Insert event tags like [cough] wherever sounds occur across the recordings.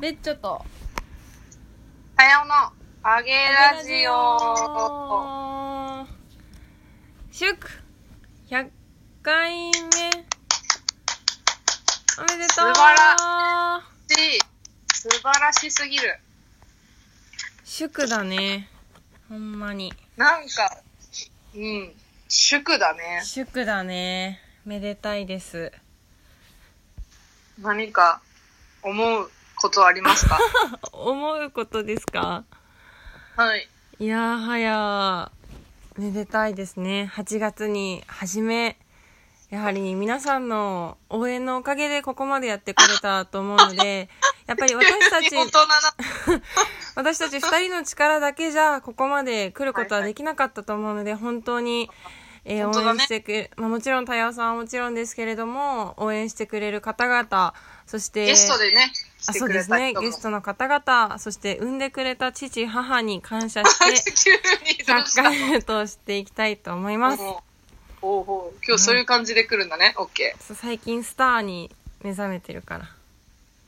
ベッチョとさようのあげラジオ。祝100回目おめでとう素晴ら素晴らしすぎる。祝だねほんまになんか、うん、祝だね。祝だねめでたいです何か思うことあります [laughs] か思うことですかはい。いやーはやーめでたいですね8月に始めやはり皆さんの応援のおかげでここまでやってこれたと思うの [laughs] でやっぱり私たち大人な。私たち2人の力だけじゃここまで来ることはできなかったと思うので本当に、えー本当応だね援してくれ、まあ、もちろん太陽さんはもちろんですけれども応援してくれる方々そしてゲストでね、あ来てそうくでれすたね人も。ゲストの方々そして産んでくれた父母に感謝 [laughs] して急にどうし100た回目としていきたいと思いますおうおうおう今日そういう感じで来るんだね。オッケー。そう最近スターに目覚めてるから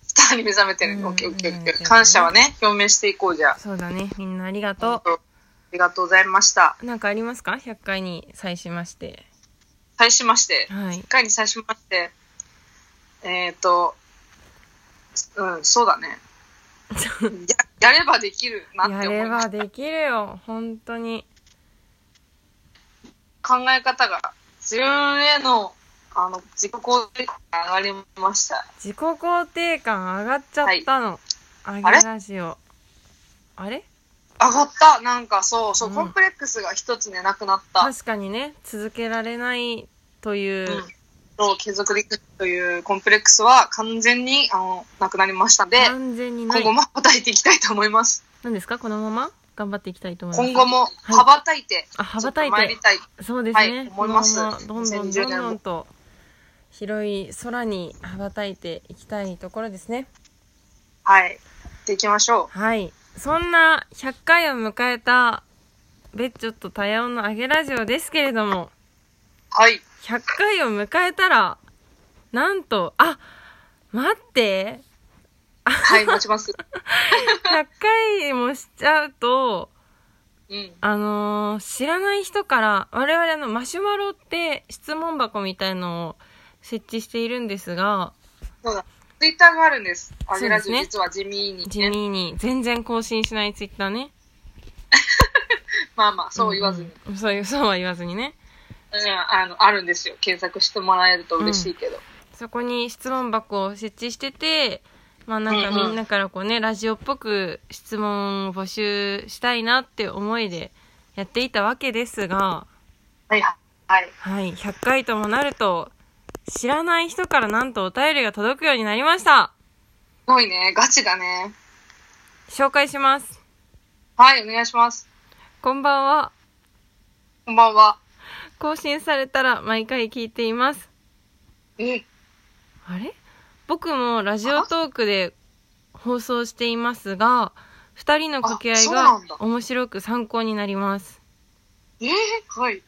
スターに目覚めてる。うんオッケーオッケーオッ目覚めケてー。る感謝はね、表明していこうじゃあ。そうだねみんなありが本と当ありがとうございました。うなんかありますか100回に際しまして対しまして。はい一回に最初まして、えっ、ー、と、うん、そう [laughs] だね。ややればできるなっやて思れいまばす。できるよ本当に考え方が、自分への、あの、自己肯定感が上がりました。自己肯定感上がっちゃったの、ああげれラジオあれ上がったなんかそう、そう、うんコンプレックスが一つね、なくなった。確かにね続けられないという、うんそう、継続できるというコンプレックスは完全に、あの、なくなりましたので、完全にな今い後も羽ばたいていきたいと思います。何ですかこのまま頑張っていきたいと思います今後も羽ばたいて、あ羽ばたいちょっと参りてたい。そうですね、はい思いますこのままどんどんど2010ん年どんもと広い空に羽ばたいていきたいところですねはい。やっていきましょう。はいそんな100回を迎えたベッチョとタヤオのあげラジオですけれどもはい。 100回を迎えたら、なんと、あ、待って、はい、待ちます。 100回もしちゃうと、うん。あのー知らない人から、我々あの、マシュマロって質問箱みたいのを設置しているんですが、そうだ。ツイッターがあるんです。アそうでゲラすジねオ、実は地味に地ね。味に全然更新しないツイッターね。まあまあ、そう言わずに。ううんうん、んそういう、そうは言わずにね。あの、あるんですよ。検索してもらえると嬉しいけど。そこに質問箱を設置してて、まあなんかうんうんみんなからこうね、ラジオっぽく質問を募集したいなって思いでやっていたわけですが、はいはい。はい。はい、100回ともなると、知らない人からなんとお便りが届くようになりました。すごいね。ガチだね。紹介します。はい、お願いします。こんばんは。こんばんは。更新されたら毎回聞いています。え、あれ僕もラジオトークで放送していますが、二人の掛け合あいそうながんだ面白く参考になります。えはい。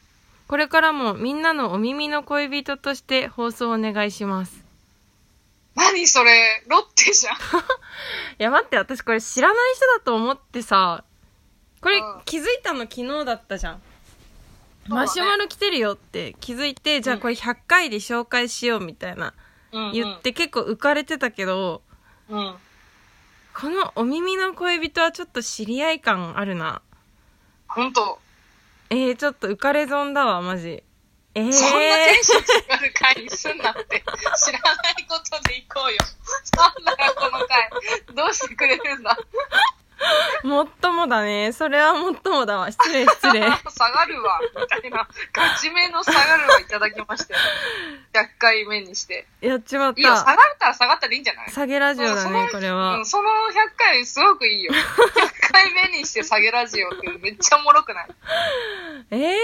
これからもみんなのお耳の恋人として放送お願いします。何それ、ロッテじゃん。いや待って、私これ知らない人だと思ってさ、これうん気づいたの昨日だったじゃん。ねマシュマロ来てるよって気づいて、じゃあこれ100回で紹介しようみたいなうん、うん。言っ。て結構浮かれてたけど、うん。このお耳の恋人はちょっと知り合い感あるな。ほんと、えー、ちょっと浮かれ損だわ、マジ。えー、そんなテンション上がる回にすんなって。知らないことで行こうよ。なんだよ、この回。どうしてくれるんだ。もっともだね。それはもっともだわ。失礼、失 [laughs] 礼。下がるわ、みたいな。ガチめの下がるわいただきましたよ。100回目にして。やっちまっいいよ、下た。がったら下がったらいいんじゃない下げラジオだうねん、これうはん、。その100回すごくいいよ。100回目にして下げラジオってめっちゃおもろくないえー、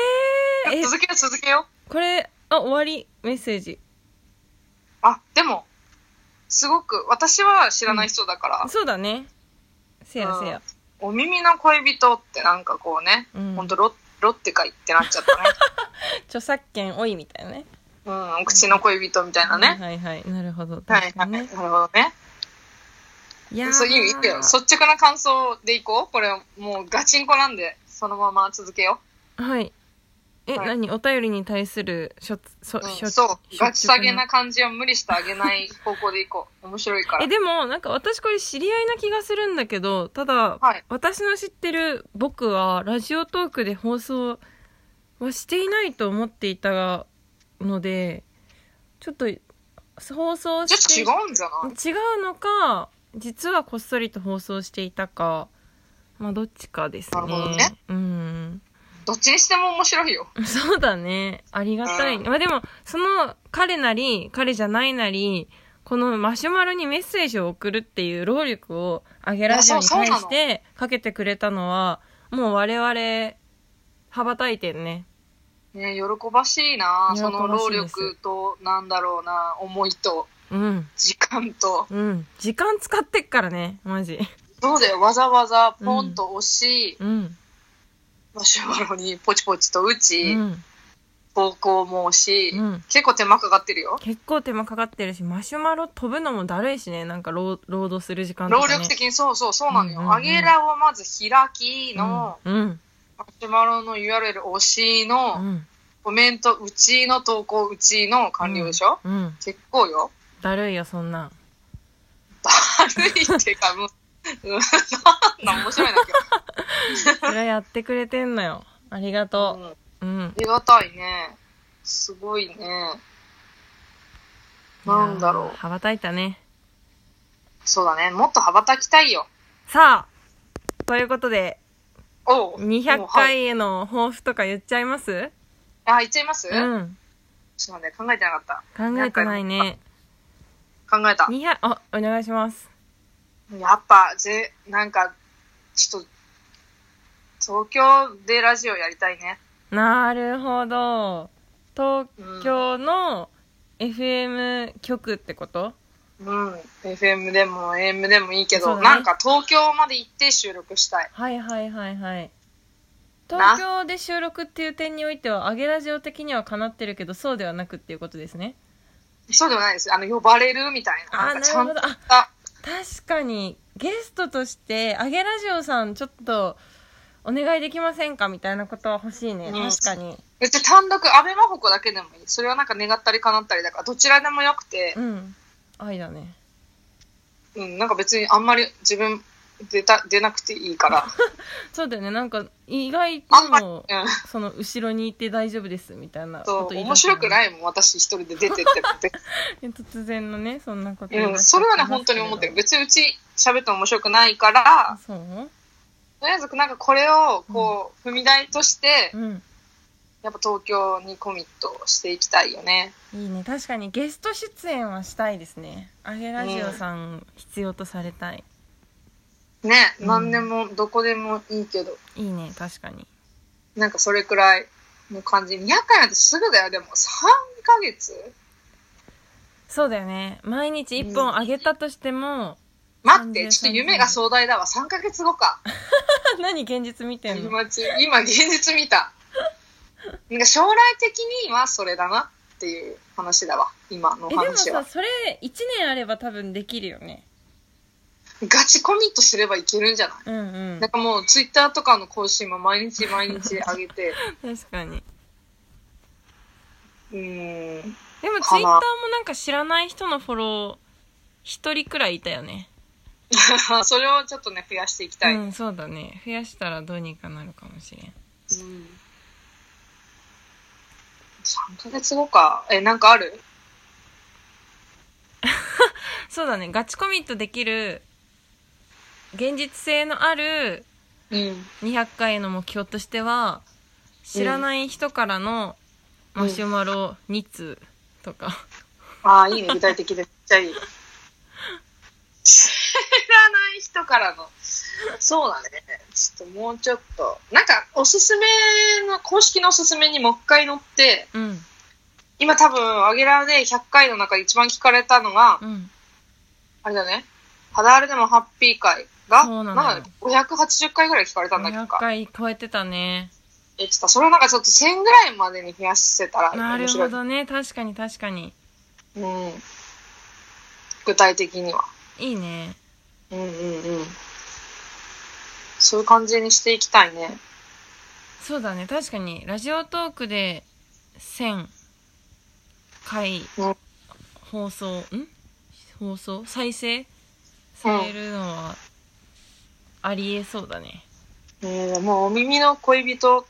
え、続けよう、続けよう。これ、あ、終わり、メッセージ。あ、でも、すごく、私は知らない人だから、そうだね。せやせや。お耳の恋人ってなんかこうね、うんほんとロロッテかいってなっち [laughs] ゃったね。著作権多いみたいなね。うん、お口の恋人みたいなね。はいはい、なるほど。はい確、かはい、になねる。ほどね。いやーそう、いいよ、いいよ。率直な感想でいこう。これ、もうガチンコなんで、そのまま続けよはい。え、はい何お便りに対するしょ、そ、う。うんしょそう、率直ガチ下げな感じは無理してあげない方向でいこう。面白いからえ、。でも、なんか私これ知り合いな気がするんだけど、ただ、はい私の知ってる僕は、ラジオトークで放送はしていないと思っていたので、ちょっと、放送して、じゃあ違うんじゃない違うのか、実はこっそりと放送していたか、まあどっちかですね。なるほどねうん。どっちにしても面白いよ。 [laughs] そうだね。ありがたい、ね。まあでも、その彼なり、彼じゃないなり、このマシュマロにメッセージを送るっていう労力をあげラジオに対いやそうしそうてかけてくれたのは、もう我々、羽ばたいてんね。ね、喜ばしいな喜ばしいですその労力と、なんだろうな思いと、うん。時間と。うん。時間使ってっからね、マジ。そうだよ、わざわざポンと押し、うん。マシュマロにポチポチと打うち、ん。投稿も押し、うん結構手間かかってるよ。結構手間かかってるし、マシュマロ飛ぶのもだるいしね、なんか労労働する時間と労か、ね。力的にそうそうそうなのよ。うんうんうんアゲラをまず開きの、うん。うん。マシュマロの URL 押しうの、ん。コメントうちの投稿うちの完了でしょ、うん。結構よ。だるいよ、そんなん。悪いっていうか、もう、うん [laughs] なんだ、面白いな、それやってくれてんのよ。ありが今日。とうんあう。うん。りがたいね。すごいね。なんだろいうやー羽ばたいたね。そうだね。もっと羽ばたきたいよ。さあ、ということで、おうも200うはい、回への抱負とか言っちゃいますあ、言っちゃいます、うん。ちょっと待って、考えてなかった。考えてないね。考えた。 200、あ、お願いします。やっぱ、ぜ、なんか、ちょっと、東京でラジオやりたいね。なるほど。東うん。京の FM 局ってことうん。FM でも AM でもいいけそうど、だねなんか東京まで行って収録したい。はいはいはいはい。な東京で収録っていう点においては、アゲラジオ的にはかなってるけど、そうではなくっていうことですね。そうでもないです。あの、呼ばれるみたいな。あんー、かちゃなんるほとど。あ、した確かにゲストとして「あげラジオさんちょっとお願いできませんか?」みたいなことは欲しいね、うん確かに別に単独、安倍真帆子だけでもいい。それはなんか願ったり叶ったりだから、どちらでもよくてう、ん愛だねうん、なんか別にあんまり自分出た、出なくていいから。そうだよねなんか意外にあんまり、うもん。その後ろにいて大丈夫ですみたいなこそとう、言い面出すよ白ねくないもん、私一人で出てっても。突然のねそんなこと言いうん、出しそちゃれはいね、ます本当に思ってる。けれど別にうち喋っても面白くないから、そうとりあえずなんかこれを、こう、踏み台として、うんやっぱ東京にコミットしていきたいよね。いいね確かにゲスト出演はしたいですね「あげラジオさん必要とされたい」ね、うん何でも、どこでもいいけど、いいね確かになんかそれくらいの感じ。200回なんてすぐだよ、でも。3ヶ月そうだよね毎日1うん本あげたとしても、待って、ちょっと夢が壮大だわ。3ヶ月後か。 [laughs] 何現実見てんの今ち、今現実見た。なんか将来的にはそれだなっていう話だわ。今のえでも話はさ。それ1年あれば多分できるよねガチコミットすればいけるんじゃないうんうんなんかもうツイッターとかの更新も毎日毎日上げて、確かにうーん。 [laughs] でもなツイッターもなんか知らない人のフォロー1人くらいいたよねそれをちょっとね、増やしていきたい。う。うんんそうだね増やしたらどうにかなるかもしれん3ヶ月後か。え、なんかあるそうだねガチコミットできる現実性のあるうん。 200回の目標としては知らない人からのマシュマロ2通とか、ああ、いいね、具体的で。めっちゃいい。知らない人からの。そうだね。ちょっともうちょっと。なんか、おすすめの、公式のおすすめにもう一回載って、うん今多分、アゲラで100回の中で一番聞かれたのが、うんあれだね。肌荒れでもハッピー会が、そうなのよんか580回ぐらい聞かれたんだっけ200か。回超えてたねえ、ちょっとそれをなんかちょっと1000ぐらいまでに増やせたらな面る白ほい。どね確かに確かにうん。具体的には。いいねうん。そういう感じにしていきたいね。そうだね確かにラジオトークで1000回うん放送ん放送再生されるのはありえそうだね、ねえもうお耳の恋人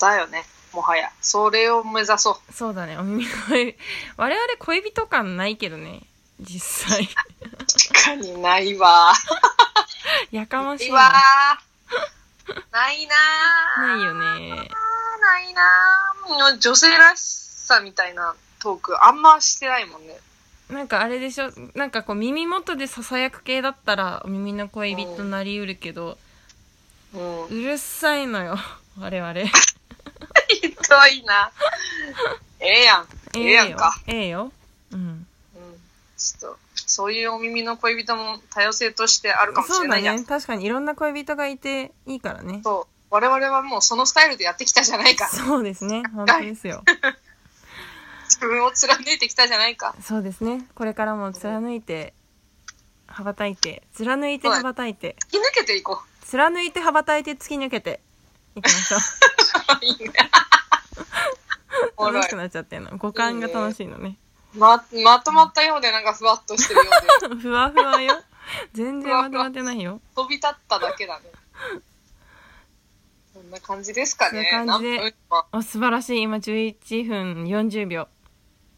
だよね。もはや。それを目指そう。 [laughs] そうだ [laughs] ねお耳の声我々恋人感ないけどね実 [laughs] 際確かにないわ。やかましいいいなわないなーないよねないなー女性らしさみたいなトークあんましてないもんね。なんかあれでしょなんかこう耳元でささやく系だったらお耳の恋人なりうるけど、うん。うるさいのよ [laughs] 我 [laughs] 々えひどいな。ええやん。ええやんよか。ええようんうん。ちょっと、そういうお耳の恋人も多様性としてあるかもしそれうなだいじゃん。ね確かにいろんな恋人がいていいからねそう。我々はもうそのスタイルでやってきたじゃないか。そうです [laughs] ね本当ですよ自分を貫いてきたじゃないか。そうですねこれからも貫いて羽ばたいて貫いて羽ばたいて引き抜けていこう。貫いて羽ばたいて突き抜けていきましょう [laughs] いいね。 [laughs] おもろ楽いしくなっちゃってるの五感が楽しいのねま、まとまったようでなんかふわっとしてるようで。 [laughs] ふわふわよ全然まとまってないよ飛び立っただけだね。そんな感じですかね。そんな感じで何分今お素晴らしい今11分40秒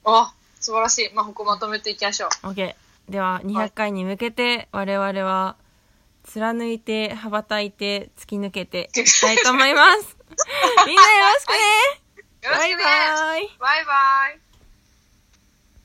あ、素晴らしい。まあ、ここまとめていきましょう。 OK では200回に向けて我々は貫いて羽ばたいて突き抜けていきたい [laughs] と思いますみんなよろしくね、よろしくね。バイバイバイバイ。